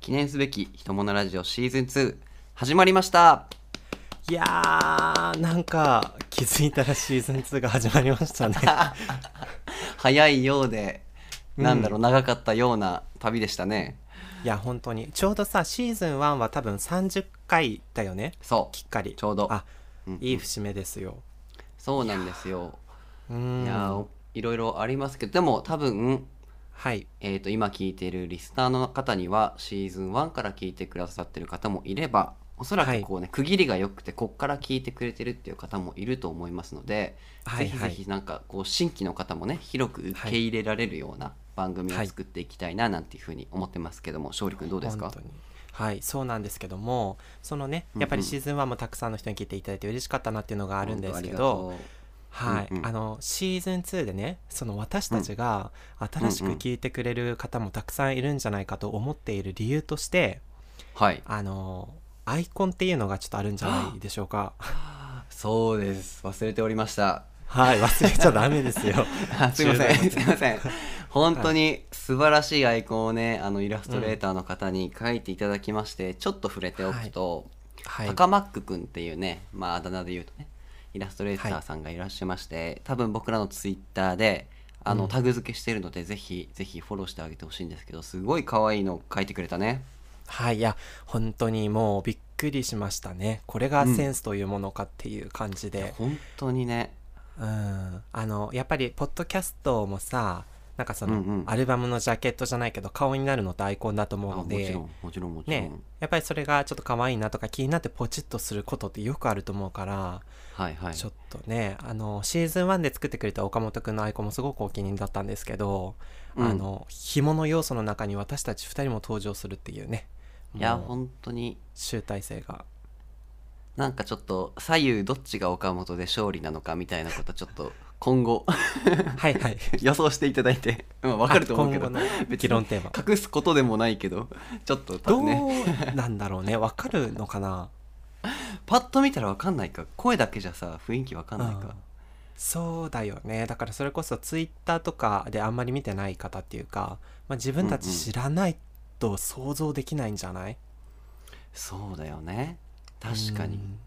記念すべき「ひとものラジオシーズン2」始まりましたいやーなんか気づいたらシーズン2が始まりま したね早いようでうんなんだろう長かったような旅でしたね、いや本当にちょうどさシーズン1は多分30回だよねそきっかりちょうどあう、うんいい節目ですよそうなんですよういんやーいろいろありますけどでも多分、はいえー、と今聞いているリスナーの方にはシーズン1から聞いてくださってる方もいればおそらくこうね、区切りが良くてこっから聞いてくれてるっていう方もいると思いますので、はいぜはひぜいひなんかこう新規の方もね広く受け入れられるような番組を作っていきたいななんていうふうに思ってますけども勝利君どうですか本当にはいそうなんですけどもそのねやっぱりシーズン1もたくさんの人に聞いていただいて嬉しかったなっていうのがあるんですけど、本当ありがとはい、うんうんあのシーズン2でねその私たちが新しく聞いてくれる方もたくさんいるんじゃないかと思っている理由としてうはいあのアイコンっていうのがちょっとあるんじゃないでしょうかそうです忘れておりましたはい忘れちゃダメですよ あすいません、重すいません。本当に素晴らしいアイコンをね、あのイラストレーターの方に書いていただきまして、ちょっと触れておくと、はいタカマックくんっていうね、まああだ名で言うとね、イラストレーターさんがいらっしゃいまして、多分僕らのツイッターで、あの、うんタグ付けしてるので、ぜひ、ぜひフォローしてあげてほしいんですけど、すごい可愛いのを書いてくれたね。はいいや本当にもうびっくりしましたねこれがセンスというものかっていう感じで、本当にね、うん、あのやっぱりポッドキャストもさなんかその、うんうんアルバムのジャケットじゃないけど顔になるのってアイコンだとあ思うものでちろん、もちろん、もちろん。ねやっぱりそれがちょっと可愛いなとか気になってポチッとすることってよくあると思うから、はいはい。ちょっとねあのシーズン1で作ってくれた岡本くんのアイコンもすごくお気に入りだったんですけど、うんあの紐の要素の中に私たち2人も登場するっていうねいや、もう本当に集大成が なんかちょっと左右どっちが岡本で勝利なのかみたいなことちょっと今後 はいはい予想していただいて、まあ、分かると思うけ あど今後の別議に論 テーマ隠すことでもないけど ちょっとパどッ,、ね、うなんだろうねわかるのかなパッと見たら分かんないか声だけじゃさ雰囲気分かんないうんかそうだよねだからそれこそツイッターとかであんまり見てない方っていうか、まあ、自分たち知らないと想像できないんじゃない、そうだよね確かにうん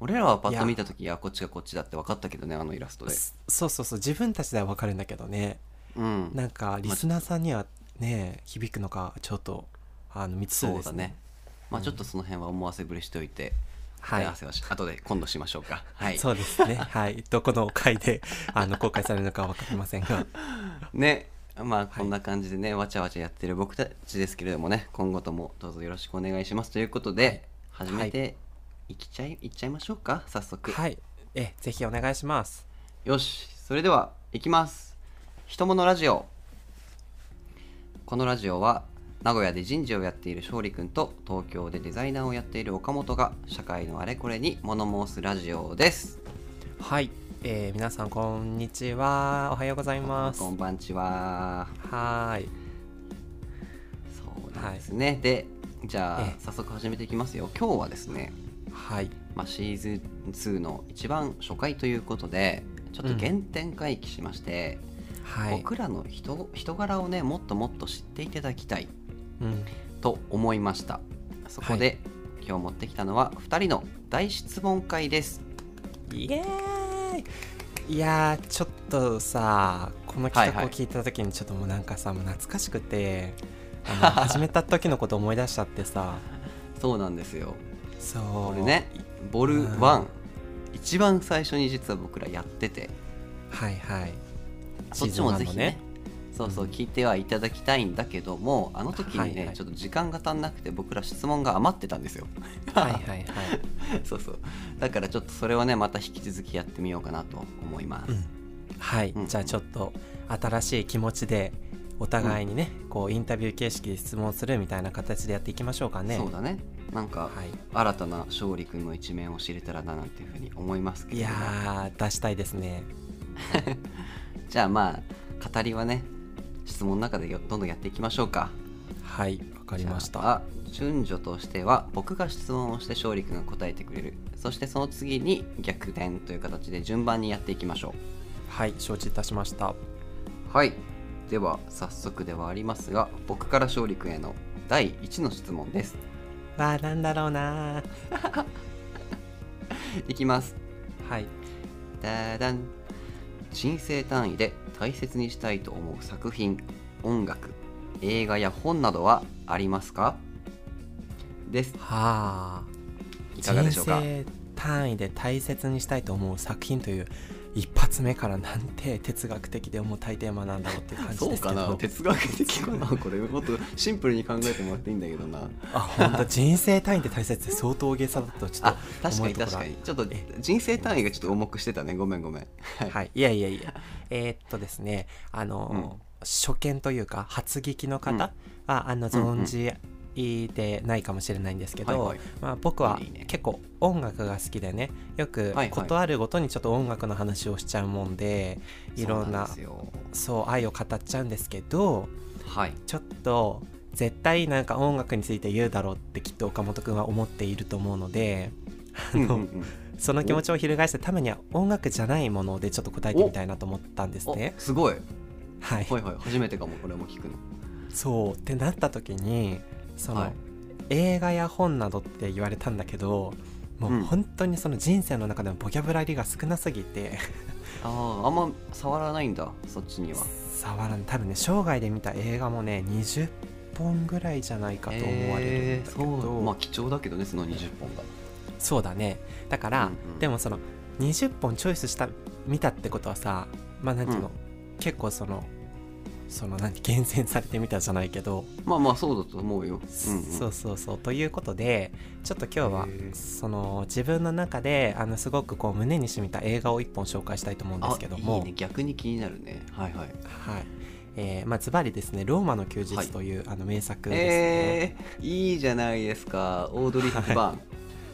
俺らはパッと見た時いやこっちがこっちだって分かったけどねあのイラストでそそうそうそう自分たちではわかるんだけどねうんなんかリスナーさんにはね響くのかちょっとあの未知数そうでだすねねまあちょっとその辺は思わせぶりしておいて、はいあとで合わせはし後で今度しましょうかはいそうで すねはいどこの回であの公開されるのかわかりませんがねまあこんな感じでね、わちゃわちゃやってる僕たちですけれどもね今後ともどうぞよろしくお願いしますということで、始めていきちゃいいっちゃいましょうか早速、はいえぜひお願いしますよしそれではいきます「ひとものラジオ」このラジオは名古屋で人事をやっている勝利くんと東京でデザイナーをやっている岡本が社会のあれこれに物申すラジオですはい、えー皆さんこんにちはおはようございますこんばんちははーいそうなんですね、でじゃえあえ早速始めていきますよ今日はですねはいまあ、シーズン2の一番初回ということでちょっと原点回帰しまして、はい、僕らの人人柄をねもっともっと知っていただきたいうん、と思いましたそこで、は今日持ってきたのは2人の大質問会ですイエーイいやーちょっとさこの企は画いをはい聞いた時にちょっともうなんかさ、もう懐かしくてあの 始めた時のこと思い出しちゃってさそうなんですよそうこれねボル1一番最初に実は僕らやっててはい はいそっちもぜひねシーズンワンのそうそう聞いてはいただきたいんだけどもあの時にね、はいはいちょっと時間が足んなくて僕ら質問が余ってたんですよはいはいはい、そうそうだからちょっとそれはねまた引き続きやってみようかなと思います、うん、はい、うんじゃあちょっと新しい気持ちでお互いにね、こうインタビュー形式で質問するみたいな形でやっていきましょうかねそうだねなんか、はい新たな勝利君の一面を知れたらななんていうふうに思いますけいれどやもー出したいですねじゃあまあ語りはね質問の中でよどんどんやっていきましょうかはいわかりまじしゃたあ順序としては僕が質問をして勝利君が答えてくれるそしてその次に逆転という形で順番にやっていきましょはい承知いたしましたうはいでは早速ではありますが僕から勝利君への第1の質問ですわあなんだろうないきますはいダダン人生単位で大切にしたいと思う作品音楽映画や本などはありますかですはあいかがでしょうか人生単位で大切にしたいと思う作品という一発目からなんて哲学的で重たいテーマなんだろうっていう感じそでうすけどかな哲学的かな これもっとシンプルに考えてもらっていいんだけどなあ本当人生単位で大切って相当大げさだったちょっあと確か重にいところ確かにちょっと人生単位がちょっと重くしてたねごめんごめんはい、はい、いやいやいや、えーっとですね、あの、初見というか、初聞きのうん方は、あの存じでないかもしれないんですけど、はいはいまあ、僕はいいね結構音楽が好きでね、よくはいことあるごとにちょっと音楽の話をしちゃうもんで、いろそんなうなんですよそう愛を語っちゃうんですけど、はいちょっと絶対なんか音楽について言うだろうってきっと岡本君は思っていると思うので、あうんうのんうんその気持ちを翻してためには音楽じゃないものでちょっと答えてみたいなと思ったんですおね。すごいはい、はいはい初めてかもこれも聞くのそうってなった時にその、はい映画や本などって言われたんだけどもうんう本当にその人生の中でのボキャブラリーが少なすぎてあああんま触らないんだそっちには触らない多分ね生涯で見た映画もね20本ぐらいじゃないかと思われるんだけど、えーそうまあ貴重だけどねその20本がそうだねだから、うんうんでもその20本チョイスした見たってことはさまあなんていうの、う結構そのそのなんて厳選されてみたじゃないけど、まあまあそうだと思うよ、うんうん、そうそうそうということでちょっと今日はへーその自分の中であのすごくこう胸に染みた映画を一本紹介したいと思うんですけどもあいいね逆に気になるねはいはいはいえーまあ、ズバリですね「ローマの休はい日」という、あの名作ですね、えー、いいじゃないですかオードリー・ヘプ バーン、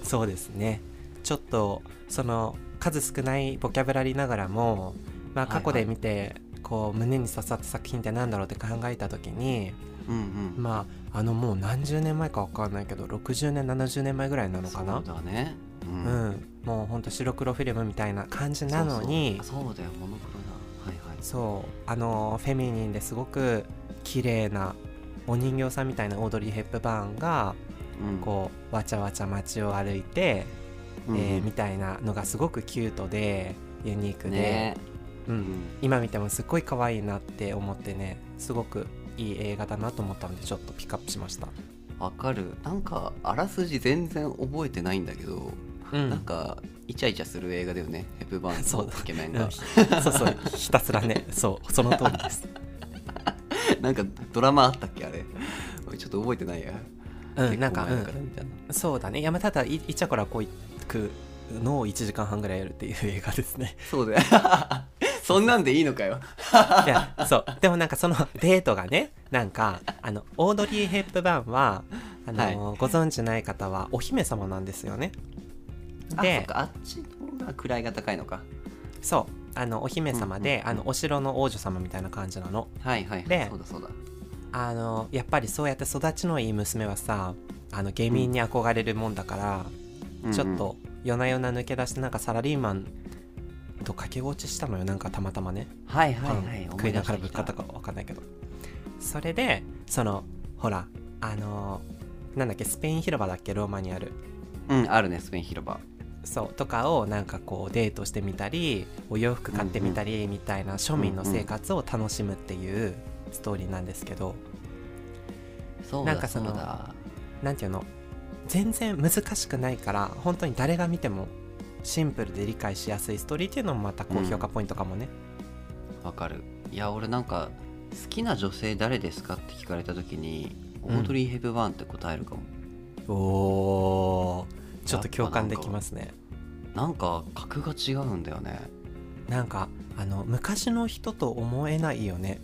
そうですねちょっとその数少ないボキャブラリーながらも、まあ、はいは過い去で見て、こう胸に刺さった作品ってなんだろうって考えた時にうんうんまああのもう何十年前か分かんないけど60年70年前ぐらいなのかなそうだねううん、もうほんと白黒フィルムみたいな感じなのにそうそうそうだよモノクロだはいはいそうあのフェミニンですごく綺麗なお人形さんみたいなオードリー・ヘップバーンがうんこうわちゃわちゃ街を歩いて、うんえーみたいなのがすごくキュートでユニークで、ねううんん、今見てもすっごい可愛いなって思ってねすごくいい映画だなと思ったのでちょっとピックアップしました、わかるなんかあらすじ全然覚えてないんだけど、うなんかイチャイチャする映画だよねヘプバーンそとうだイケメンうがん、そうそうひたすらねそうその通りですなんかドラマあったっけあれ俺ちょっと覚えてないや、うん、なんか、結構前だうらみたいな、ん、そうだね。いや、まあ、ただ、いいちゃこらこいくのを1時間半ぐらいやるっていう映画です ね。そうだよそんなんでいいのかよいや、そう。でもなんかそのデートがね、なんか、あの、オードリー・ヘップバーンは、あのーご存知ない方はお姫様なんですよね。あそっで、かあっちの方が位が高いのかそう。あの、お姫様うで、んうんうんあの、お城の王女様みたいな感じなの。はいはいはい、でそうだそうだあの、やっぱりそうやって育ちのいい娘はさ、あの、下民に憧れるもんだから、ちょっ、と夜な夜な抜け出してなんかサラリーマンと駆け落ちしたのよなんかたまたまねうんうんはいはいはいパン食いながらぶぶっかったかわかんないけどそれでそのほらあのーなんだっけスペイン広場だっけローマにあるうんあるねスペイン広場そうとかをなんかこうデートしてみたりお洋服買ってみたりみたいな庶民の生活を楽しむっていうストーリーなんですけどそうなんだかそそうのだなんていうの全然難しくないから本当に誰が見てもシンプルで理解しやすいストーリーっていうのもまた高評価ポイントかもね、わかるいや俺なんか好きな女性誰ですかって聞かれた時にオうんードリー・ヘプバーンって答えるかも、おーちょっと共感できますねなんか格が違うんだよねなんかあの昔の人と思えないよね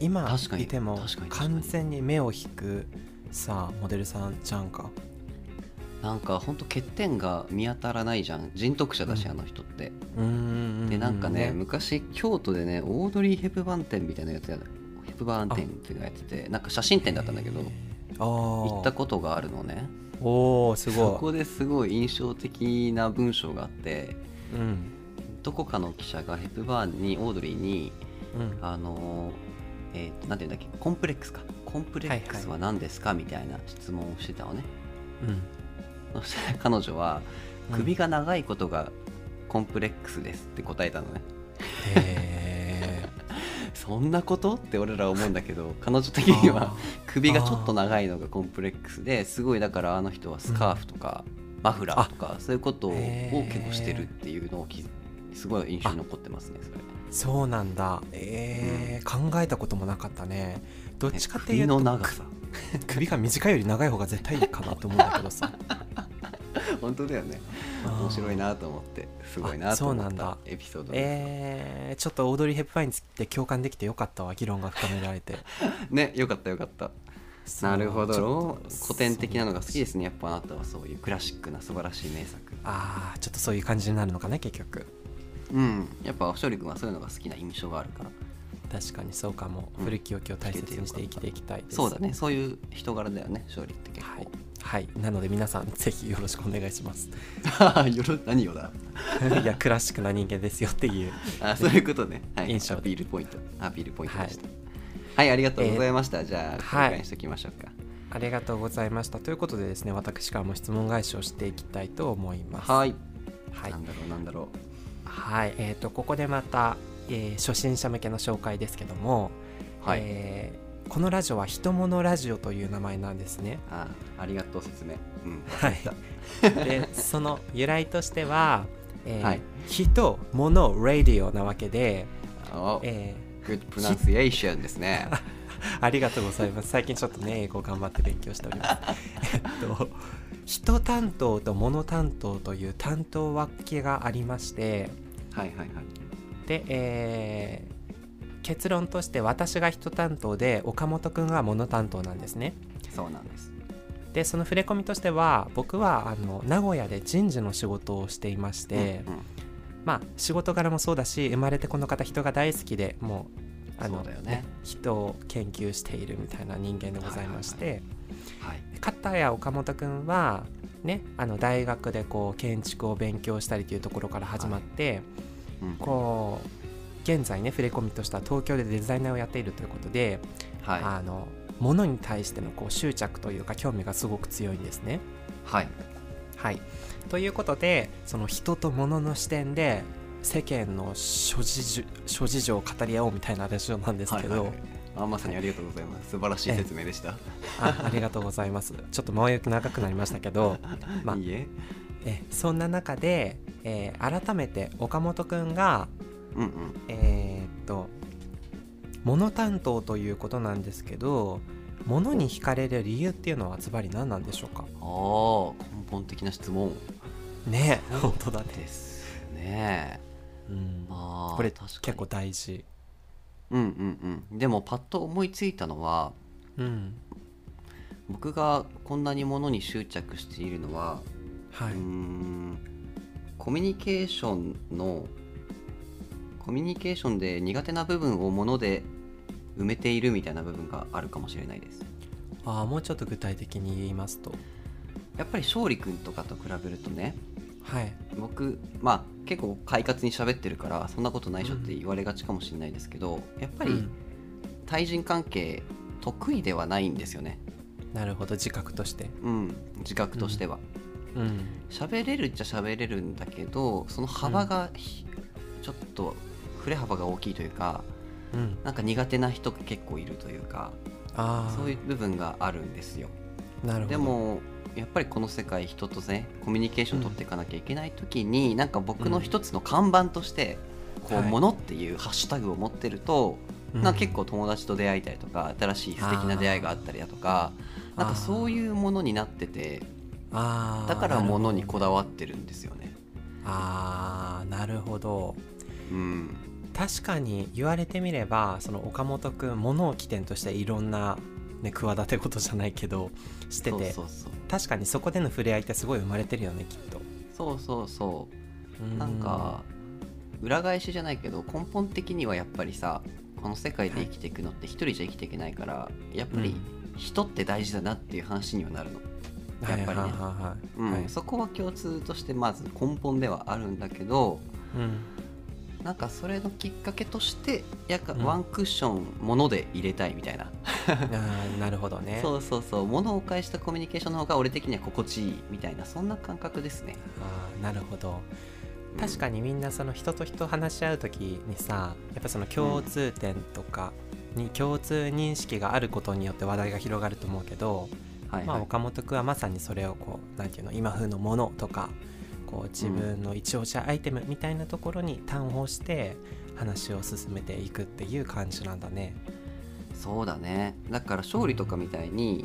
今確かにいても確かに確かに完全に目を引くさモデルさんちゃんかなんかほんと欠点が見当たらないじゃん人徳者だし、うんあの人ってうーんでなんかね、昔京都でねオードリー・ヘプバーン展みたいなのやつやヘプバーン展っていうのやっててなんか写真展だったんだけどへーあー行ったことがあるのねおーすそごこですごい印象的な文章があっていうんどこかの記者がヘプバーンにオードリーにうんあのーえーとなんていうんだっけコンプレックスかコンプレックスは何ですか、みたいな質問をしてたのねうんそしたら彼女はうん首が長いことがコンプレックスですって答えたのね、へ そんなことって俺ら思うんだけど彼女的えには首がちょっと長いのがコンプレックスですごいだからあの人はスカーフとかマフラーとかそういうことをへー結構してるっていうのをきすごい印象に残ってますねそれそうなんだえー考えたこともなかったねどっちかってい首うのと長さ 首が短いより長い方が絶対いいかなと思うんだけどさ 本当だよね 面白いなと思ってすごいなと思ったエピソードですえー、ちょっとオードリー・ヘップバーンについて共感できてよかったわ議論が深められてねよかったよかったそ うなるほちょどっと古典的なのが好きですすねやっぱあなたはそういうクラシックな素晴らしい名作ああちょっとそういう感じになるのかな結局うんやっぱ勝利君はそういうのが好きな印象があるから確かにそうかも、うん古き良きを大切にして生きていきたいですそうだねそういう人柄だよね勝利って結はい、はい、なので皆さんぜひよろしくお願いします 構 よろ何よだいやクラシックな人間ですよっていうあそういうことね、はい、印象でアピールポイントアピールポイントでしたはい、ありがとうございました、じゃあはい公開にしておきましょうかありがとうございましたということでですね私からも質問返しをしていきたいと思いますはい、はいなんだろうなんだろはいえー、とここでまた、えー初心者向けの紹介ですけども、うはい、えーこのラジオは「ひとものラジオ」という名前なんですね。あありがとう説明うんはい、でその由来としては「えーはいひとものラディオ」なわけで、おえ Good pronunciation です ねーありがとうございます最近ちょっとね英語頑張って勉強しております。えっと人担当と物担当という担当分けがありましてはいはいはいで、えー結論として私が人担当で岡本くんが物担当なんですね。そうなんですでその触れ込みとしては僕はあの名古屋で人事の仕事をしていまして、うんうんまあ仕事柄もそうだし生まれてこの方人が大好きでもうあのそうだよね人を研究しているみたいな人間でございまして、ははい片や岡本くんは、ね、あの大学でこう建築を勉強したりというところから始まって、うんこう現在ね触れ込みとしては東京でデザイナーをやっているということで、はいあの物に対してのこう執着というか興味がすごく強いんですね。はいはい、ということでその人と物の視点で世間の諸事情諸事情を語り合おうみたいなラジオなんですけど、はいはいあまさにありがとうございます素晴らしい説明でした、あありがとうございますちょっと前置き長くなりましたけどまあいいええそんな中で、えー改めて岡本くんがうんうんえーっと物担当ということなんですけど物に惹かれる理由っていうのはズバリ何なんでしょうかあー根本的な質問ねえ本当だね、ですねうん、まあこれ確かに結構大事うんうんうんでもパッと思いついたのはうん僕がこんなにものに執着しているのは、はいうーんコミュニケーションのコミュニケーションで苦手な部分をもので埋めているみたいな部分があるかもしれないですあーもうちょっと具体的に言いますとやっぱり勝利君とかと比べるとねはい僕まあ結構快活に喋ってるからそんなことないでしょって言われがちかもしれないですけど、やっぱうりん対人関係得意ではないんですよね、なるほど自覚としてうん、自覚としてはうん喋、れるっちゃ喋れるんだけどその幅がひ、ちょっと振れ幅が大きいというかうんなんか苦手な人が結構いるというかああそういうう部分があるんですよなるほどでもやっぱりこの世界人とねコミュニケーション取っていかなきゃいけない時に、なんか僕の一つの看板として「こうはいもの」っていうハッシュタグを持ってると、うんなんか結構友達と出会えたりとか新しい素敵な出会いがあったりだとかあーなんかそういうものになっててあーだからものにこなるだほどわってるんですよね。あーなるほどうん、確かに言われてみればその岡本くん物を起点としていろんな、ね、企てことじゃないけどしててそうそう確かにそこでの触れ合いってすごい生まれてるよねきっとそうそうそうそううなんか裏返しじゃないけど根本的にはやっぱりさこの世界で生きていくのって一人じゃ生きていけないからやっぱり人って大事だなっていう話にはなるの、はいやっぱりねはいはいはいうんそこは共通としてまず根本ではあるんだけどうんなんかそれのきっかけとしてやか、うんワンクッションもので入れたいみたいな、あーなるほどねそうそうそうものを介したコミュニケーションの方が俺的には心地いいみたいなそんな感覚ですねあーなるほど確かにみんなその人と人話し合う時にさやっぱその共通点とかに共通認識があることによって話題が広がると思うけど、はいまはあ、い、岡本君はまさにそれをこうなんていうの今風のものとかこう自分の一押しアイテムみたいなところに端を発して話を進めていくっていう感じなんだね。そうだねだから勝利とかみたいに、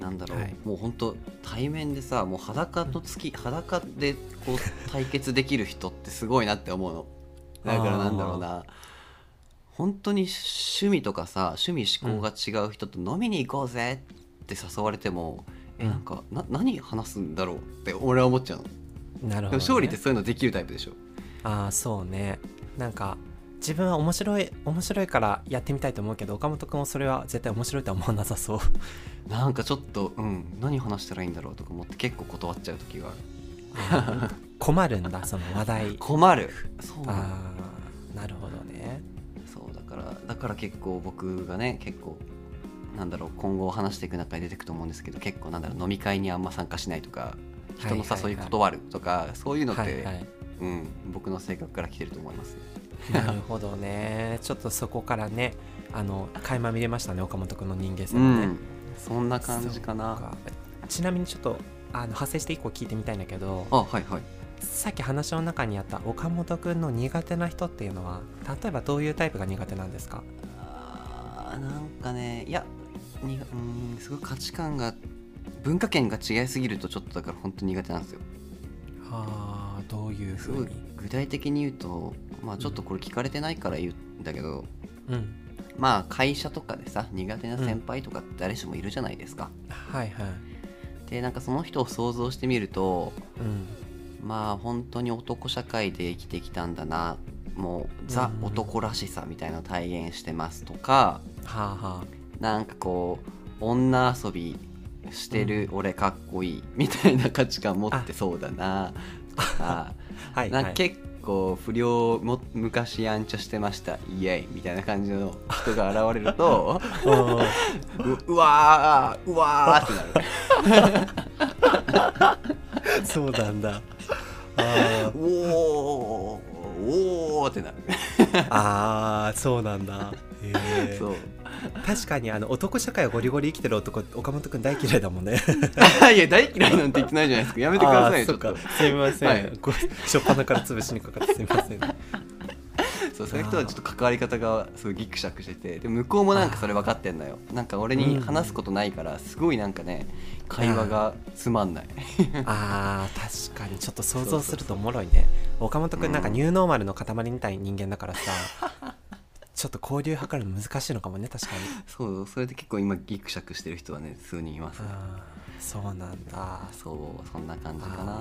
なんだろう、はいもうほんと対面でさもう裸の月裸でこう対決できる人ってすごいなって思うのだからなんだろうな本当に趣味とかさ趣味思考が違う人と飲みに行こうぜって誘われても、うえんなんかな何話すんだろうって俺は思っちゃうのでなるほど、ね、も勝利ってそういうのできるタイプでしょああそうねなんか自分は面白い面白いからやってみたいと思うけど岡本君はそれは絶対面白いとは思わな さそうなんかちょっとうん何話したらいいんだろうとか思って結構断っちゃう時があるあー困るんだその話題困るそうなのああなるほどねそうだからだから結構僕がね結構なんだろう今後話していく中で出てくると思うんですけど結構なんだろう飲み会にあんま参加しないとか人の誘い断るとか、そういうのって、はいはいうん、僕の性格から来てると思います、ね、 なるほどねちょっとそこからねあの垣間見れましたね岡本君の人間性うがね、ん、そんな感じかそうなかちなみにちょっとあの派生して一個聞いてみたいんだけどあはいはいさっき話の中にあった岡本君の苦手な人っていうのは例えばどういうタイプが苦手なんですかあーなんかねいやにがうんすごい価値観が文化圏が違いすぎるとちょっとだから本当に苦手なんですよあーどういうすふごういに具体的に言うとまあちょっとこれ聞かれてないから言うんだけど、うんまあ会社とかでさ苦手な先輩とかって誰しもいるじゃないですか、はいはいでなんかその人を想像してみるとうんまあ本当に男社会で生きてきたんだなもうザうん男らしさみたいなの体現してますとかはあはなんかこう女遊びしてる俺かっこいいみたいな価値観持ってそうだなとかあはいないはんか結構不良も昔やんちゃしてましたイエイみたいな感じの人が現れる と。おーう うわーうわーってなる そうなんだあおおおーってなるーあーそうなんだへーそう 確かにあの男社会をゴリゴリ生きてる男岡本君大嫌いだもんねいや大嫌いなんて言ってないじゃないですか やめてくださいあーよちそょっっとかすみません、はいご初っ端から潰しにかかってすみま せんそうそういう人はちょっと関わり方がすごいギクシャクしててで向こうもなんかそれ分かってんのよなんか俺に話すことないからすごいなんかね会話がつまんないあー確かにちょっと想像するとおもろいね岡本君なんかニューノーマルの塊みたいな人間だからさ、 ちょっと交流図るの難しいのかもね確かに そうそれで結構今ギクシャクしてる人はね数人いますねあーそうなんだそうそんな感じかあな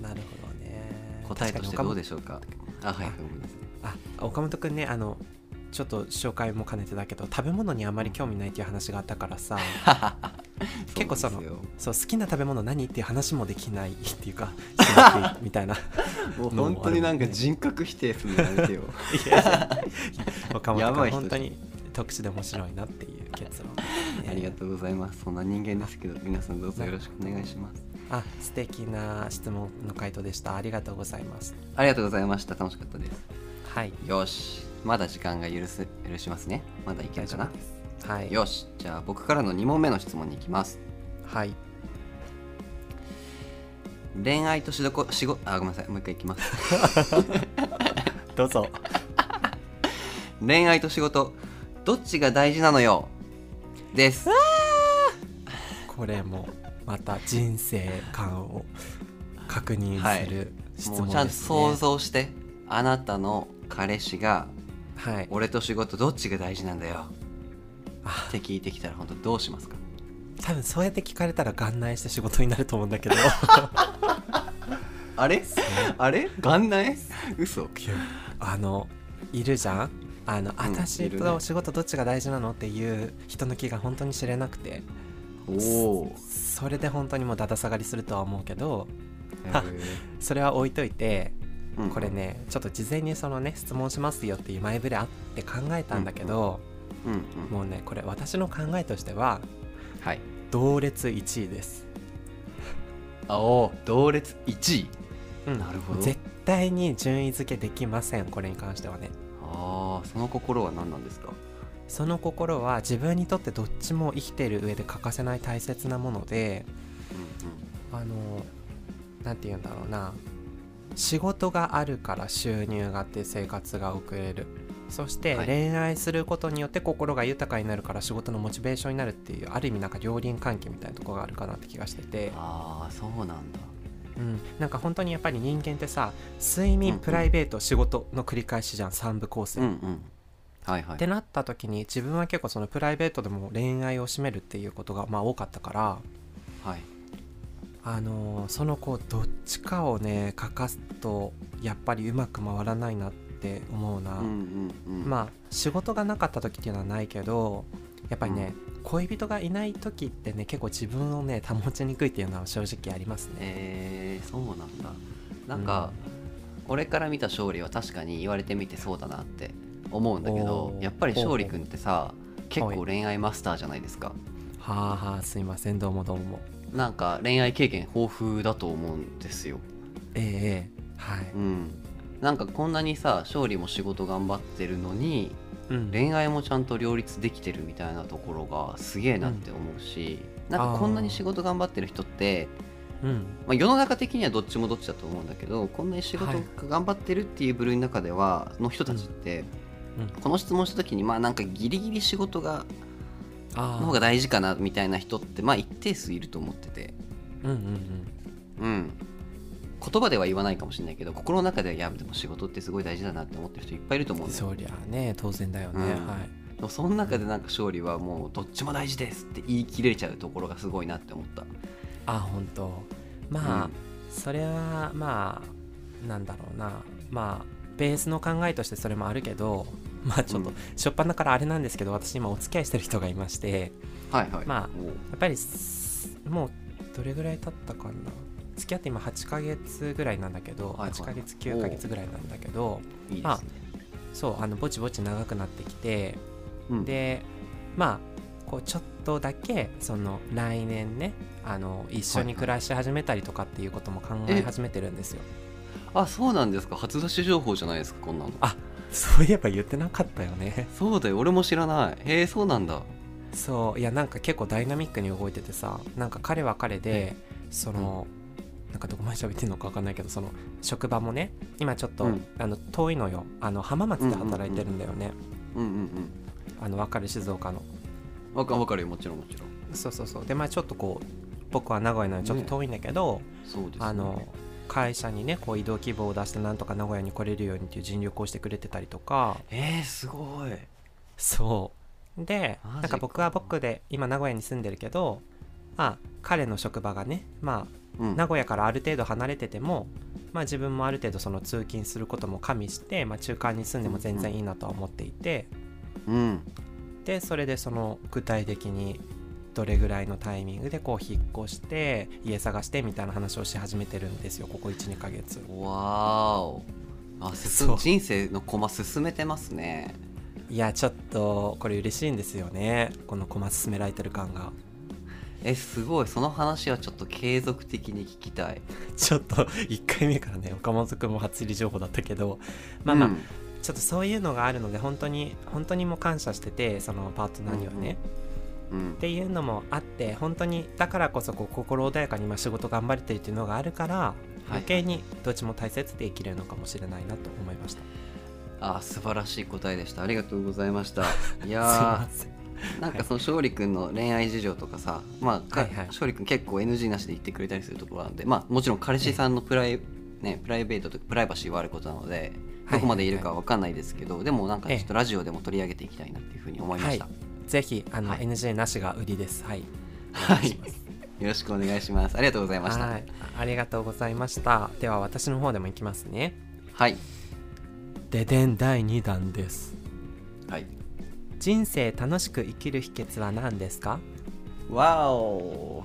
ーなるほどね答えとしてどうでししょうかあはいごめんなさい あ岡本君ねあのちょっと紹介も兼ねてだけど食べ物にあまり興味ないっていう話があったからさ結構そうのですよそう好きな食べ物何っていう話もできないっ ていうかしなくていいみたいなもう本当になんか人格否定するのやめてよいや岡や本ばい君人本当に特殊で面白いなっていう結論、 ありがうとう ございますそんな人間ですけど皆さんどうぞよろしくお願いしますあ素敵な質問の回答でしたありがとうございますありがとうございました楽しかったですはいよしまだ時間が許す許しますねまだいけるかなですはいよしじゃあ僕からの2問目の質問に行きますはい恋愛としどこ仕事あごめんなさいもう一回行きます どうぞ恋愛と仕事どっちが大事なのよですこれもまた人生観を確認する質も問うでちゃんとすね、想像してあなたの彼氏がはい俺と仕事どっちが大事なんだよあって聞いてきたら本当どうしますか多分そうやって聞かれたら元内して仕事になると思うん だけどあれあれ元内嘘あのいるじゃんあの、私いるねと仕事どっちが大事なのっていう人の気が本当に知れなくておおそれで本当にもうだだ下がりするとは思うけどーそれは置いといてうんこれねちょっと事前にそのね質問しますよっていう前触れあって考えたんだけど、うんうんもうねこれ私の考えとしてははい同列1位です、あおー同列1位うんなるほど絶対に順位付けできませんこれに関してはねああその心は何なんですかその心は自分にとってどっちも生きている上で欠かせない大切なものであのなんて言うんだろうな仕事があるから収入があって生活が送れるそしてはい恋愛することによって心が豊かになるから仕事のモチベーションになるっていうある意味なんか両輪関係みたいなところがあるかなって気がしてて、ああそうなんだうん、なんか本当にやっぱり人間ってさ睡眠、うんうんプライベート仕事の繰り返しじゃん3部構成、うんっうんはいはいてなった時に自分は結構そのプライベートでも恋愛を占めるっていうことがまあ多かったから、はいあのーそのこうどっちかをね欠かすとやっぱりうまく回らないなって思うな、うんうんうんまあ仕事がなかった時っていうのはないけどやっぱりね、恋人がいない時ってね結構自分をね保ちにくいっていうのは正直ありますねえー、そうなんだなんか、俺から見た勝利は確かに言われてみてそうだなって思うんだけどおーやっぱり勝利君ってさ結はい構恋愛マスターじゃないですかはあはあすいませんどうもどうもなんか恋愛経験豊富だと思うんですよええええはいうんなんかこんなにさ勝利も仕事頑張ってるのにうん恋愛もちゃんと両立できてるみたいなところがすげえなって思うし、なんかこんなに仕事頑張ってる人ってうんまあ、世の中的にはどっちもどっちだと思うんだけどこんなに仕事はいが頑張ってるっていう部類の中では、の人たちって、うんこの質問した時にまあなんかギリギリ仕事があのあ方が大事かなみたいな人ってまあ一定数いると思ってて、うんうんうんうん、言葉では言わないかもしれないけど心の中ではいやでも仕事ってすごい大事だなって思ってる人いっぱいいると思うんだよそりゃあね当然だよね、うんはいでもその中でなんか勝利はもうどっちも大事ですって言い切れちゃうところがすごいなって思った。あ本当まあ、うんそれはまあなんだろうなまあベースの考えとしてそれもあるけど まあちょっとうん初っ端からあれなんですけど私今お付き合いしてる人がいましてはいはい、まあおうやっぱりすもうどれぐらい経ったかな付き合って今8ヶ月ぐらいなんだけど、はいはい8ヶ月9ヶ月ぐらいなんだけどいいでますね。そうあのぼちぼち長くなってきてうん、でまあこうちょっとだけその来年ねあの一緒に暮らし始めたりとかっていうことも考え始めてるんですよ、あそうなんですか初出し情報じゃないですかこんなのそういえば言ってなかったよねそうだよ俺も知らないへえそうなんだそういやなんか結構ダイナミックに動いててさなんか彼は彼でその、なんかどこまで喋ってんのか分かんないけどその職場もね今ちょっと、うんあの遠いのよあの浜松で働いてるんだよね、うんうんあの分かる静岡のうんわかわかるよもちろんもちろんそうそうそうでまあちょっとこう僕は名古屋なのでちょっと遠いんだけど、そうです、ね、あの会社にねこう移動希望を出してなんとか名古屋に来れるようにっていう尽力をしてくれてたりとかえー、すごいそうでマジかなんか僕は僕で今名古屋に住んでるけどまあ彼の職場がねまうあん名古屋からある程度離れててもまあ自分もある程度その通勤することも加味して、まあ、中間に住んでも全然いいなとは思っていてうんでそれでその具体的にどれぐらいのタイミングでこう引っ越して家探してみたいな話をし始めてるんですよここ12ヶ月わーおあ進そう人生の駒進めてますねいやちょっとこれ嬉しいんですよねこの駒進められてる感が えすごいその話はちょっと継続的に聞きたいちょっと1回目からね岡本君も初入り情報だったけどまあまあ、うんちょっとそういうのがあるので本当に本当にもう感謝しててそのパートナーにはね、うんっていうのもあって本当にだからこそこう心穏やかに今仕事頑張れてるっていうのがあるからい余計にどっちも大切で生きれるのかもしれないなと思いました、あ素晴らしい答えでしたありがとうございました いやすーいませんなんかその勝利君の恋愛事情とかさ、まあかはいはい勝利君結構 NG なしで言ってくれたりするところなんで、まあ、もちろん彼氏さんのプライ,、ね、プライベートとプライバシーはあることなのでどこまでいるかわかんないですけど、でもなんかちょっとラジオでも取り上げていきたいなっていうふうに思いました。ぜひあの、はい NG なしが売りですはいはい、よろしくお願いします。ありがとうございました。は、はいいあありがとうございましたでは私の方でもいきますねはい、ででん第2弾ですはい、人生楽しく生きる秘訣は何ですかわ お、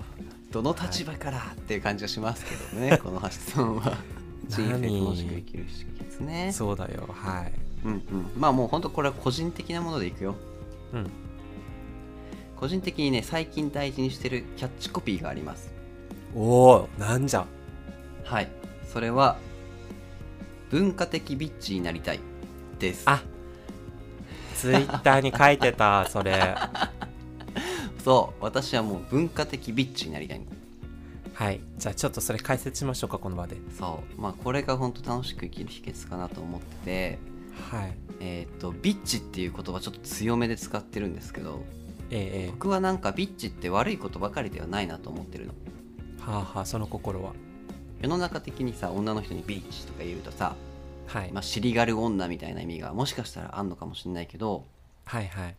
どの立場からっていう感じがしますけどね、この質問は。人生何楽しく生きる秘訣ねそうだよはいうんうん、まあもう本当これは個人的なものでいくようん個人的にね最近大事にしてるキャッチコピーがありますおおなんじゃはいそれは文化的ビッチになりたいですあツイッターに書いてたそれはそう私はもう文化的ビッチになりたいいじゃあちょっとそれ解説しましょうかこの場でそうまあこれが本当楽しく生きる秘訣かなと思っててはいえっ、とビッチっていう言葉ちょっと強めで使ってるんですけどえええ僕はなんかビッチって悪いことばかりではないなと思ってるのえはあはあその心は世の中的にさ女の人にビッチとか言うとさはい、まあ、尻がる女みたいな意味がもしかしたらあんのかもしれないけどはいはい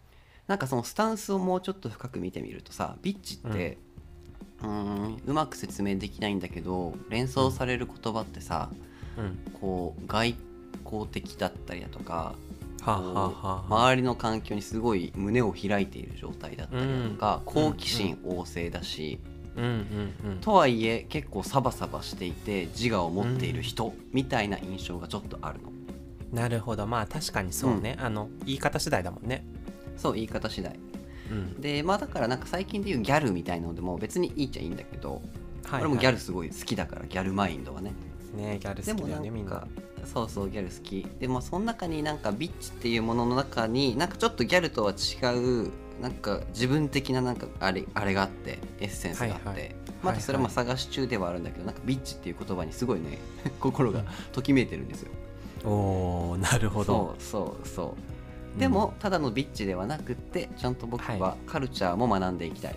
なんかそのスタンスをもうちょっと深く見てみるとさビッチってうーんうまく説明できないんだけど連想される言葉ってさうんこう外交的だったりだとかはあこうはあはあはあ周りの環境にすごい胸を開いている状態だったりだとかうん好奇心旺盛だしうんうんうんとはいえ結構サバサバしていて自我を持っている人みたいな印象がちょっとあるの。なるほどまあ確かにそうね、あの言い方次第だもんねそう言い方次第うんでまあだからなんか最近でいうギャルみたいなのでも別にいいっちゃいいんだけど、はい、俺もギャルルすごい好きだからギャルマインドはねねギャルで好もきだなよねみんんなかそうそうギャル好きでもその中になんかビッチっていうものの中になんかちょっとギャルとは違うなんか自分的ななんかあれあれがあってエッセンスがあって、はいはいまたそれもはい探し中ではあるんだけど、なんかビッチっていう言葉にすごい ね心がときめいてるんですよおおなるほどそうそうそううんでも、ただのビッチではなくってちゃんと僕ははカルチャーも学んでいきたい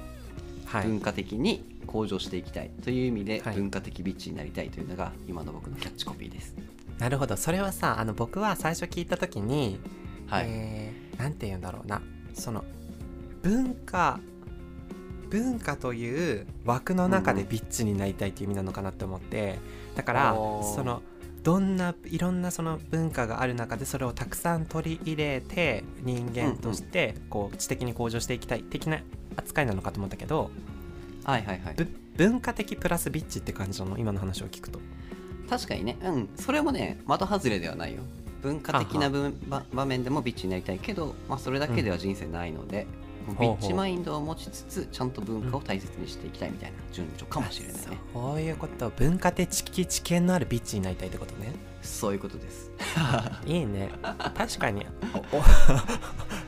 はい文化的に向上していきたいという意味ではい文化的ビッチになりたいというのが今の僕のキャッチコピーです。なるほどそれはさあの僕は最初聞いた時に、はい、えーなんて言うんだろうなその文化文化という枠の中でビッチになりたいという意味なのかなって思ってだからおーそのどんないろんなその文化がある中でそれをたくさん取り入れて人間としてこう知的に向上していきたい的な扱いなのかと思ったけどはいはいはいぶ文化的プラスビッチって感じなの今の話を聞くと。確かにねうんそれもね的外れではないよ文化的な部場場面でもビッチになりたいけど、まあ、それだけでは人生ないので、んビほうッほうチマインドを持ちつつちゃんと文化を大切にしていきたいみたいな順序かもしれないね、そういうこと文化的知見のあるビッチになりたいってことね そういうことですいいね確かに おお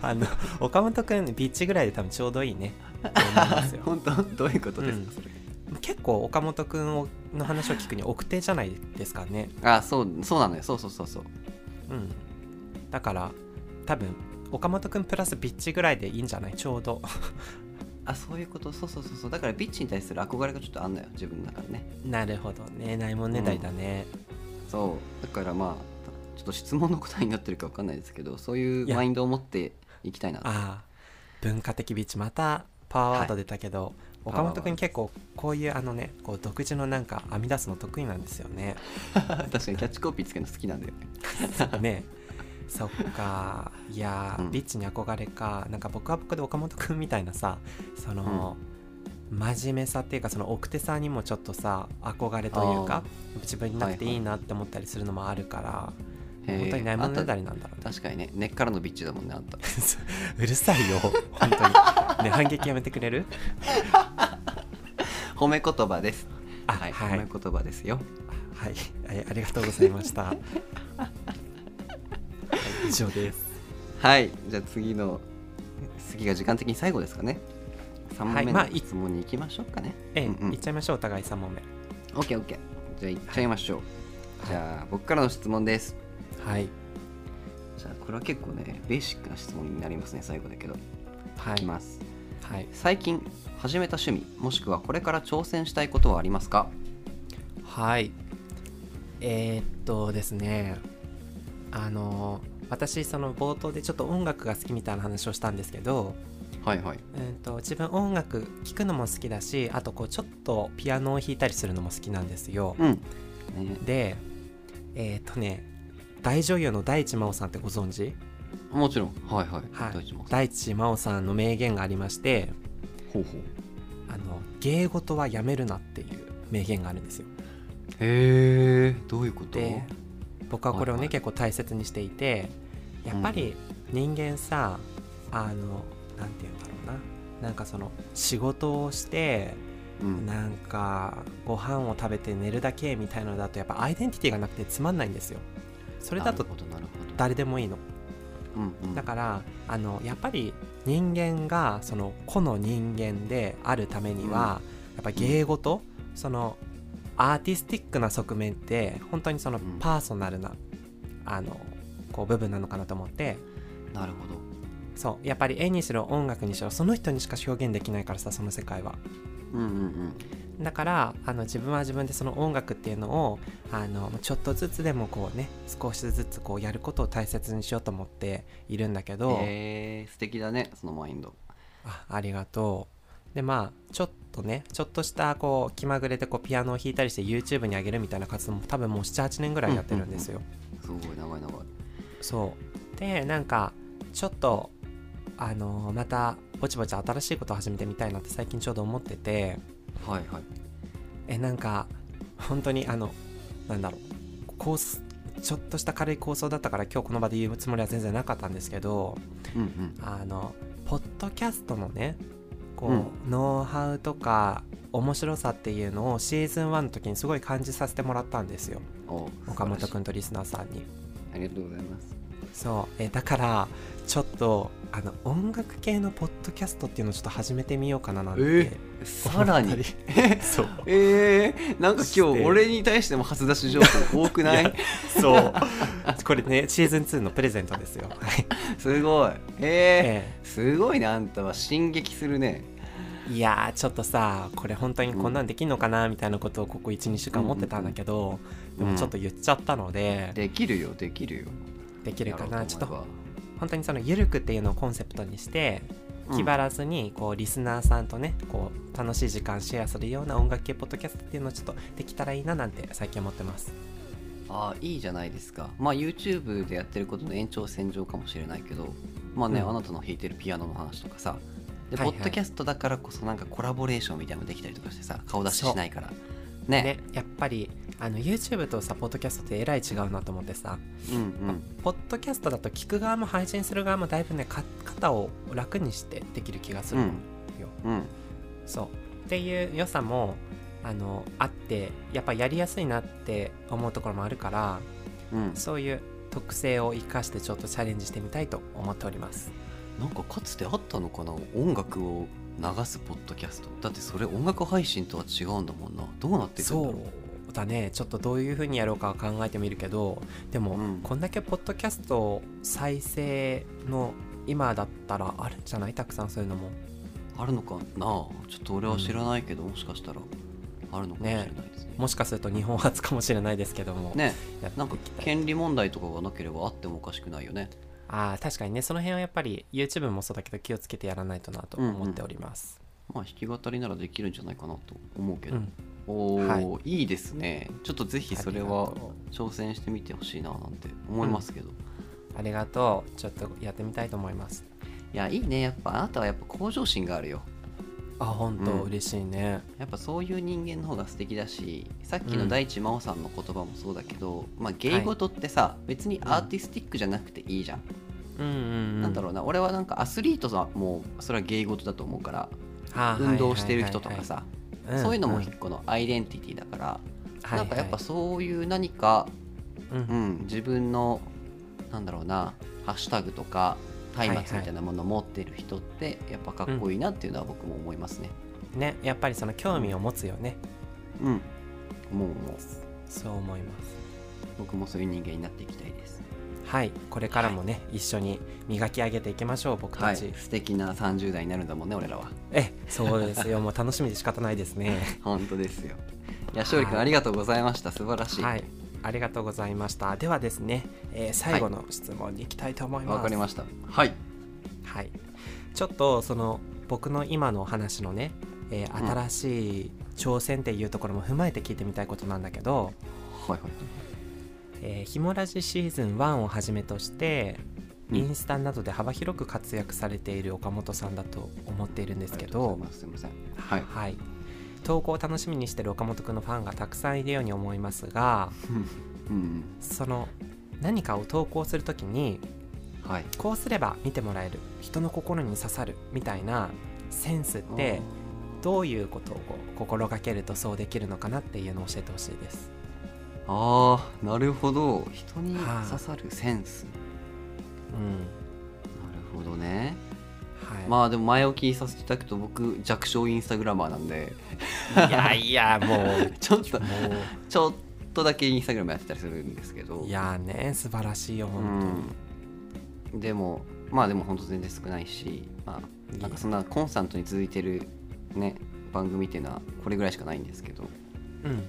あの岡本くんビッチぐらいで多分ちょうどいいねと思いますよ本当どういうことですか、うんそれ 結構岡本くんをの話を聞くに奥手じゃないですかねあそうそうなのよそうそうそうそううんだから多分岡本くんプラスビッチぐらいでいいんじゃないちょうどあそういうことそうそうそうそうだからビッチに対する憧れがちょっとあんのよ自分の中でね なるほどねないもんねだいだね、そうだからまあちょっと質問の答えになってるか分かんないですけどそういういやマインドを持っていきたいなとああ文化的ビッチまたパワーワード出たけど、岡本君結構こういうあのねこう独自のなんか編み出すの得意なんです よね確かにキャッチコピーつけるの好きなんだよねねそっかいやー、うんビッチに憧れかなんか僕は僕で岡本君みたいなさその、真面目さっていうかその奥手さにもちょっとさ憧れというあか自分になくていいなって思ったりするのもあるから、本当に ないものねだりなんだろう あんたね確かにね根っからのビッチだもんねあんたうるさいよ本当に ね反撃やめてくれる褒め言葉 ですあはい、褒め言葉ですよはい、はいありがとうございま した。はい以上です。はいじゃあ次の次が時間的に最後ですかね3問目まあのい質問に行きましょうかね、ええ、うんうんいっちゃいましょう、お互い三問目。オッケーオッケーじゃあ行っちゃいましょう、じゃあ僕からの質問ですはい、じゃあこれは結構ねベーシックな質問になりますね最後だけど、、はいきい、ますはい、最近始めた趣味もしくはこれから挑戦したいことはありますかはい。えーっとですね。あの、私、その冒頭でちょっと音楽が好きみたいな話をしたんですけど。はいはいうんと、自分音楽聴くのも好きだし、あとこうちょっとピアノを弾いたりするのも好きなんですよ。うん、ね、で、えーっとね、大女優の大地真央さんってご存知？もちろんはいはい、はい大地も大地真央さんの名言がありましてほうほうあの芸事はやめるなっていう名言があるんですよへえどういうことで僕はこれをはね、いはい結構大切にしていてやっぱり人間さ、あのなんて言うんだろうななんかその仕事をしてうんなんかご飯を食べて寝るだけみたいなのだとやっぱアイデンティティがなくてつまんないんですよそれだとなるほどなるほど誰でもいいのうんうんだからあのやっぱり人間がその個の人間であるためには、やっぱ芸事、そのアーティスティックな側面って本当にそのうんパーソナルな、あのこう部分なのかなと思ってなるほどそうやっぱり絵にしろ音楽にしろその人にしか表現できないからさその世界はうんうんうんだからあの自分は自分でその音楽っていうのをあのちょっとずつでもこうね少しずつこうやることを大切にしようと思っているんだけど、へえ素敵だねそのマインドあありがとうでまあちょっとねちょっとしたこう気まぐれでこうピアノを弾いたりして YouTube に上げるみたいな活動も多分もう78年ぐらいやってるんですよ、すごい長い長いそうでなんかちょっとあのーまたぼちぼち新しいことを始めてみたいなって最近ちょうど思っててはいはいえなんか本当にあのなんだろうコースちょっとした軽い構想だったから今日この場で言うつもりは全然なかったんですけどうんうんあのポッドキャストのねこう、うノウハウとか面白さっていうのをシーズン1の時にすごい感じさせてもらったんですよお岡本素晴らし君とリスナーさんにいありがとうございますそうえだからちょっとあの音楽系のポッドキャストっていうのをちょっと始めてみようかななんて、えさらに そうえー、なんか今して日俺に対しても初出し情報多くないいやそう これねシーズン2のプレゼントですよはい、すごいえー、 えすごいねあんたは進撃するねえいやーちょっとさこれ本当にこんなんできんのかなみたいなことをここ12週間思ってたんだけど、でもちょっと言っちゃったので、できるよできるよできるかやろなうちょっ思えばと本当にその「ゆるく」っていうのをコンセプトにして気張らずにこうリスナーさんとねこう楽しい時間シェアするような音楽系ポッドキャストっていうのをちょっとできたらいいななんて最近思ってますああいいじゃないですかまあ YouTube でやってることの延長線上かもしれないけどまあね、うんあなたの弾いてるピアノの話とかさで、はいはいポッドキャストだからこそなんかコラボレーションみたいなのできたりとかしてさ顔出ししないからねねやっぱりあの YouTube とさポッドキャストってえらい違うなと思ってさうんうんポッドキャストだと聞く側も配信する側もだいぶねか肩を楽にしてできる気がするのよ、うんそうっていう良さもあのあってやっぱやりやすいなって思うところもあるからうんそういう特性を生かしてちょっとチャレンジしてみたいと思っております。なんかかつてあったのかな音楽を流すポッドキャストだってそれ音楽配信とは違うんだもんなどうなっていくんだそろうだねちょっとどういう風にやろうかは考えてみるけどでも、うんこんだけポッドキャスト再生の今だったらあるんじゃないたくさんそういうのもうあるのかなちょっと俺は知らないけど、もしかしたらあるのかもしれないですねもしかすると日本初かもしれないですけども、ねやってないんかきたい権利問題とかがなければあってもおかしくないよねあー確かにねその辺はやっぱり YouTube もそうだけど気をつけてやらないとなと思っております。まあ弾き語りならできるんじゃないかなと思うけうんど、おー、はいいですねちょっとぜひそれあはりがと挑戦してみてほしいななんて思いますけど、ありがとうちょっとやってみたいと思います。いやいいねやっぱあなたはやっぱ向上心があるよあ本当、うん嬉しいね。やっぱそういう人間の方が素敵だしさっきの大地真央さんの言葉もそうだけど、まあ芸事ってさ、別にアーティスティックじゃなくていいじゃん、うんうんうん、なんだろうな俺はなんかアスリートさもうそれは芸事だと思うからあー運動してる人とか、さ、ははははそういうのもん一個のアイデンティティだから、はいなんかやっぱそういう何か、はいうんうん、自分のなんだろうなハッシュタグとか松明みたいなものを持ってる人って、やっぱかっこいいなっていうのは僕も思いますね。ねやっぱりその興味を持つよねうん、もうもうそう思います僕もそういう人間になっていきたいです。はいこれからもね、一緒に磨き上げていきましょう僕はたい、ち、素敵な30代になるんだもんね俺らは。えそうですよ もう楽しみで仕方ないですね 本当ですよ。いや勝利君はいありがとうございました素晴らしい。はいありがとうございましたではですね、えー最後の質問に行きたいと思います、わかりました。はい。はい、ちょっとその僕の今のお話のね、えーうん新しい挑戦っていうところも踏まえて聞いてみたいことなんだけど、はいはい。えーひもラジシーズン1をはじめとして、うんインスタなどで幅広く活躍されている岡本さんだと思っているんですけありがとうどございますすみません。はい。はい投稿を楽しみにしてる岡本くんのファンがたくさんいるように思いますがうんその何かを投稿するときにうんはいこうすれば見てもらえる人の心に刺さるみたいなセンスってどういうことをこう心がけるとそうできるのかなっていうのを教えてほしいですあーなるほど人にはい刺さるセンスうんなるほどねはい、まあでも前置きさせていただくと僕弱小インスタグラマーなんでいやいやもう ちょっともちょっとだけインスタグラムやってたりするんですけどういやね素晴らしいよう本んでもまあでも本当全然少ないし、ま当あ、に、なんかそんなコンスタントに続いてるね番組っていうのはこれぐらいしかないんですけどうん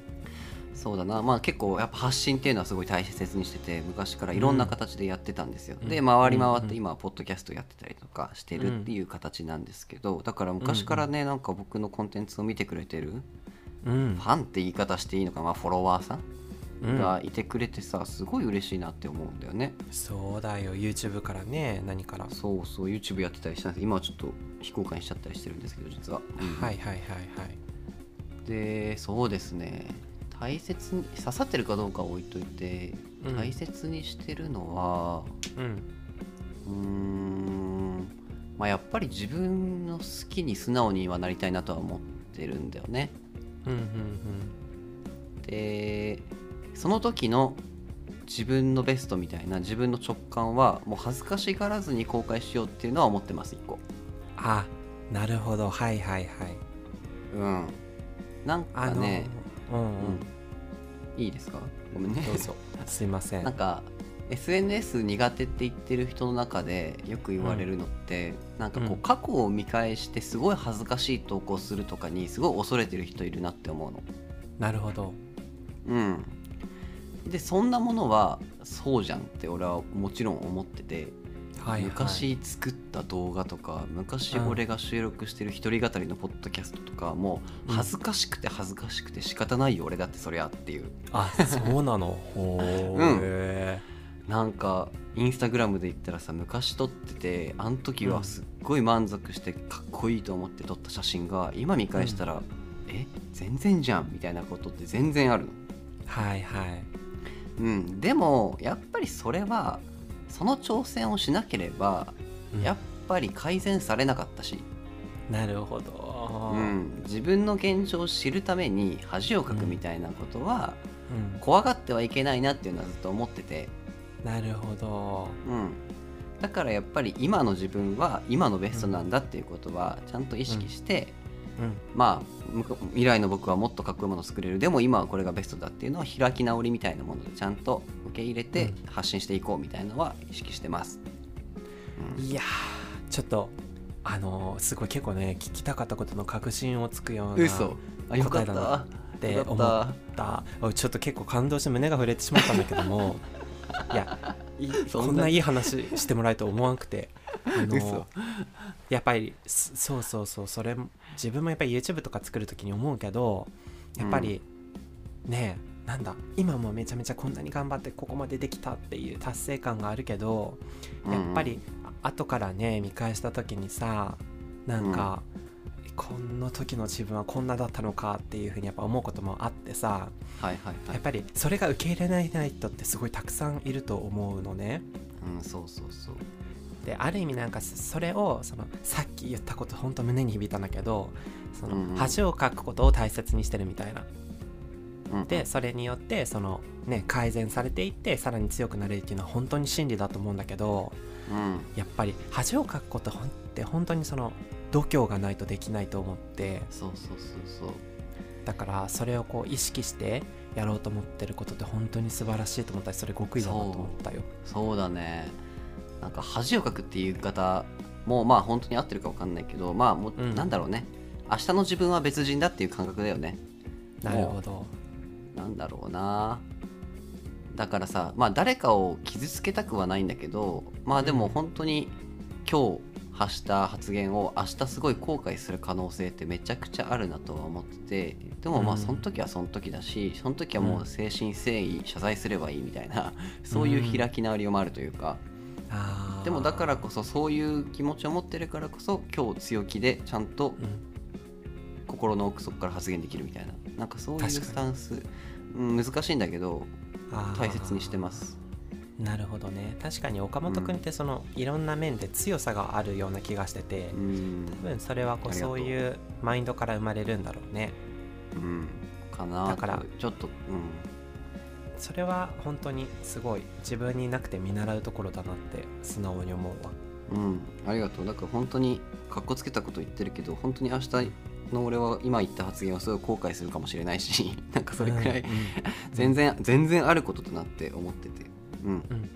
そうだなまあ結構やっぱ発信っていうのはすごい大切にしてて昔からいろんな形でやってたんですよ、うんで回り回っうんて今はポッドキャストやってたりとかしてるっていう形なんですけどだから昔からねなんか僕のコンテンツを見てくれてるうんファンって言い方していいのかな、まあ、フォロワーさんうんがいてくれてさすごい嬉しいなって思うんだよねそうだよ YouTube からね何からそうそう YouTube やってたりしたんです今はちょっと非公開にしちゃったりしてるんですけど実は、はいはいはいはいでそうですね大切に刺さってるかどうかは置いといてうん大切にしてるのはうんうーんまあやっぱり自分の好きに素直にはなりたいなとは思ってるんだよねうんうんでその時の自分のベストみたいな自分の直感はもう恥ずかしがらずに公開しようっていうのは思ってます一個うんあなるほどはいはいはいうんなんあかのね、うんうん、うん、いいですかごめんねど うぞすいませんなんか SNS 苦手って言ってる人の中でよく言われるのって、なんかこううん過去を見返してすごい恥ずかしい投稿するとかにすごい恐れてる人いるなって思うの。なるほどうん、でそんなものはそうじゃんって俺はもちろん思ってて、はいはい昔作った動画とか昔うん俺が収録してる一人語りのポッドキャストとかもう恥ずかしくて恥ずかしくて仕方ないよ俺だってそりゃっていうあそうな のほうんーなんかインスタグラムで言ったらさ昔撮っててあの時はすっごい満足してかっこいいと思って撮った写真が今見返したら、え全然じゃんみたいなことって全然あるの、はいはいうん、でもやっぱりそれはその挑戦をしなければうんやっぱり改善されなかったし、なるほどう、ん、自分の現状を知るために恥をかくみたいなことはうん怖がってはいけないなっていうのはずっと思ってて、なるほどうん、だからやっぱり今の自分は今のベストなんだっていうことはちゃんと意識して、うんまあむこ未来の僕はもっとかっこいいものを作れるでも今はこれがベストだっていうのは開き直りみたいなものでちゃんと受け入れて発信していこうみたいなのは意識してます。いやーちょっとあのーすごい結構ね聞きたかったことの確信をつくような嘘あよかっ答えだなたってよ思かっったたおちょっと結構感動して胸が触れてしまったんだけど もいやいそんこなんないい話してもらえると思わなくて、あの嘘やっぱりそそうそうそうそれも自分もやっぱり YouTube とか作る時に思うけどやっぱり、ねえなんだ今もめちゃめちゃこんなに頑張ってここまでできたっていう達成感があるけどやっぱり、あ後からね見返した時にさなんか、こんな時の自分はこんなだったのかっていうふうにやっぱ思うこともあってさはいはいはやいっ、ぱりそれが受け入れられない人ってすごいたくさんいると思うのね。うん、そうそうそうである意味なんかそそれをそのさっき言ったこと本当胸に響いたんだけどその、うんうん恥をかくことを大切にしてるみたいな。うんでそれによってその、ね、改善されていってさらに強くなれるっていうのは本当に真理だと思うんだけど。うんやっぱり恥をかくことって本当にその度胸がないとできないと思ってそうそうそうそうだからそれをこう意識してやろうと思ってることって本当に素晴らしいと思ったしそれ極意だなと思ったよ。そうだねなんか恥をかくっていう言い方もまあ本当に合ってるか分かんないけどまあもう、うんなんだろうね明日の自分は別人だっていう感覚だよねなるほど。なんだろうなだからさまあ誰かを傷つけたくはないんだけどまあでも本当に今日発した発言を明日すごい後悔する可能性ってめちゃくちゃあるなとは思っててでもまうあんその時はその時だしその時はもう誠心誠意謝罪すればいいみたいなそういう開き直りもあるというかあーでもだからこそそういう気持ちを持ってるからこそ今日強気でちゃんとうん心の奥底から発言できるみたいななんかそういう確かにスタンス、うん、難しいんだけどあー大切にしてますなるほどね確かに岡本君ってその、いろんな面で強さがあるような気がしてて、うん多、分それはあこうりがとそうういうマインドから生まれるんだろうねうん、かなだからとちょっと、うん、それは本当にすごい自分になくて見習うところだなって素直に思うわうん、ありがとう。だから本当にかっこつけたこと言ってるけど、本当に明日の俺は今言った発言はすごい後悔するかもしれないし、 なんかそれく らいうんうん全然、全然あることだなって思ってて、うん。うん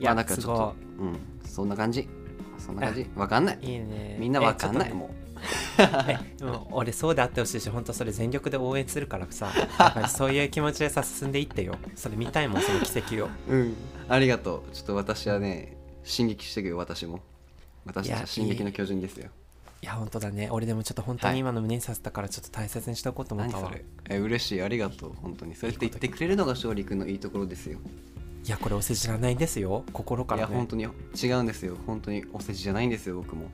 いや、だからちょっとす、うん、そんな感じ、そんな感じ、わかんない。いいねみんなわかんない、えもちょっとねえでも俺そうであってほしいし本当それ全力で応援するから さやっぱりそういう気持ちでさ進んでいってよそれ見たい もんその奇跡をう。うん、ありがとう。ちょっと私はね、進撃してくよ、私も。私たちいやは進撃の巨人ですよ。いや本当だね俺でもちょっと本当はいに今の胸に刺さったからちょっと大切にしておこうと思っ何たわ、そいれ。え、嬉しい、ありがとう、本当に。そうやって言ってくれるのが勝利君のいいところですよ。やこれお世辞じゃないんですよ心から、ね、いや本当に違うんですよ本当にお世辞じゃないんですよ僕も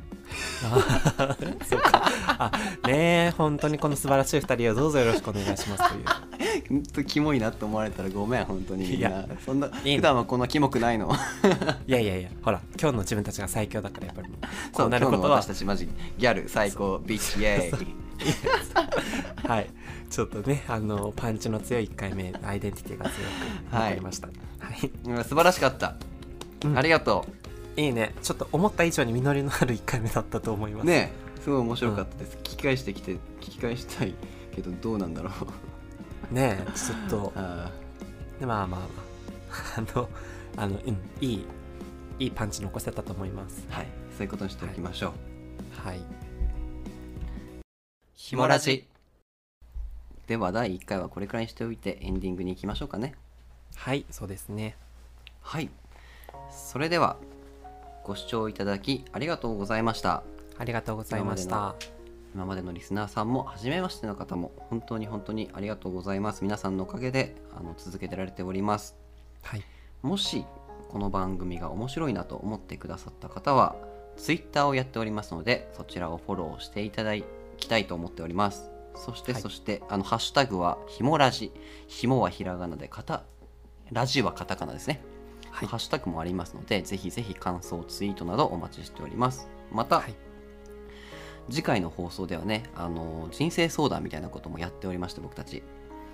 あーそうかあねえ本当にこの素晴らしい2人をどうぞよろしくお願いしますという本当キモいなって思われたらごめん本当にみんいなやそんないいの普段はこんなキモくない のいやいやいやほら今日の自分たちが最強だからやっぱりそこう今うな日るこのとは私たちマジギャル最高ビッチイエーイ はいちょっとねあのパンチの強い1回目アイデンティティが強くはいなりました、はいうん素晴らしかった、うんありがといいねちょっと思った以上に実りのある1回目だったと思いうます、ねえすごい面白かったです、聞き返してきて聞き返したいけどどうなんだろ うねえちょっとあでまあまあま ああのあのうんいいいいパンチ残せたと思いますーはいそういうことにしておきましょう、はいひもらじでは第1回はこれくらいにしておいてエンディングに行きましょうかねはいそうですねはい。それでは、ご視聴いただきありがとうございました。ありがとうございまし今また今までのリスナーさんも、初めましての方も、本当に本当にありがとうございます。皆さんのおかげであの続けてられております。はいもし、この番組が面白いなと思ってくださった方は、Twitter をやっておりますので、そちらをフォローしていただきたいと思っております。そして、はいそして、あの、ハッシュタグは、ひもラジ。ひもはひらがなで、かた、ラジはカタカナですね。はいハッシュタグもありますので、ぜひぜひ感想、ツイートなどお待ちしております。また、はい次回の放送ではね、あの人生相談みたいなこともやっておりまして、僕たち、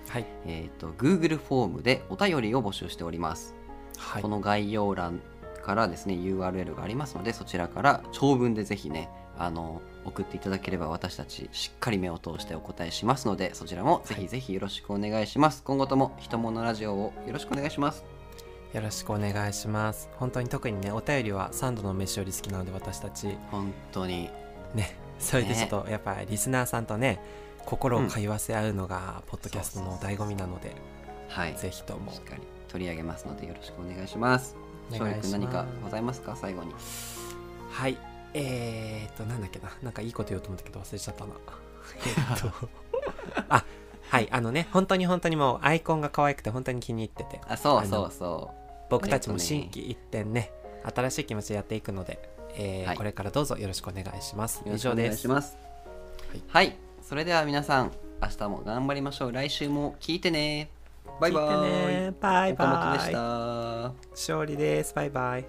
はいえーと、Google フォームでお便りを募集しております。はいこの概要欄からですね、URL がありますので、そちらから長文でぜひね、あの送っていただければ私たちしっかり目を通してお答えしますのでそちらもぜひぜひよろしくお願いします、今後とも「ひとものラジオ」をよろしくお願いしますよろしくお願いします本当に特にねお便りはサンドの飯より好きなので私たち本当にねそれでちょねっとやっぱリスナーさんとね心を通わせ合うのがポッドキャストの醍醐味なので、はいぜひともしっかり取り上げますのでよろしくお願いします。お翔願くい君し何まかすございますか最後に。はいえー、っとなんだっけななんかいいこと言おうと思ったけど忘れちゃったなえー っとあはいあのね本当に本当にもうアイコンが可愛くて本当に気に入っててあそうあのそうそ僕たちえもっとね心機一転ね新しい気持ちでやっていくので、えーはいこれからどうぞよろしくお願いしますう。よ以ろしく上お願でいすします。はい、それでは皆さん明日も頑張りましょう。来週も聞いてね。バイバ聞いてーイ。ねバイ岡本でバしイた。勝利ですバイバイ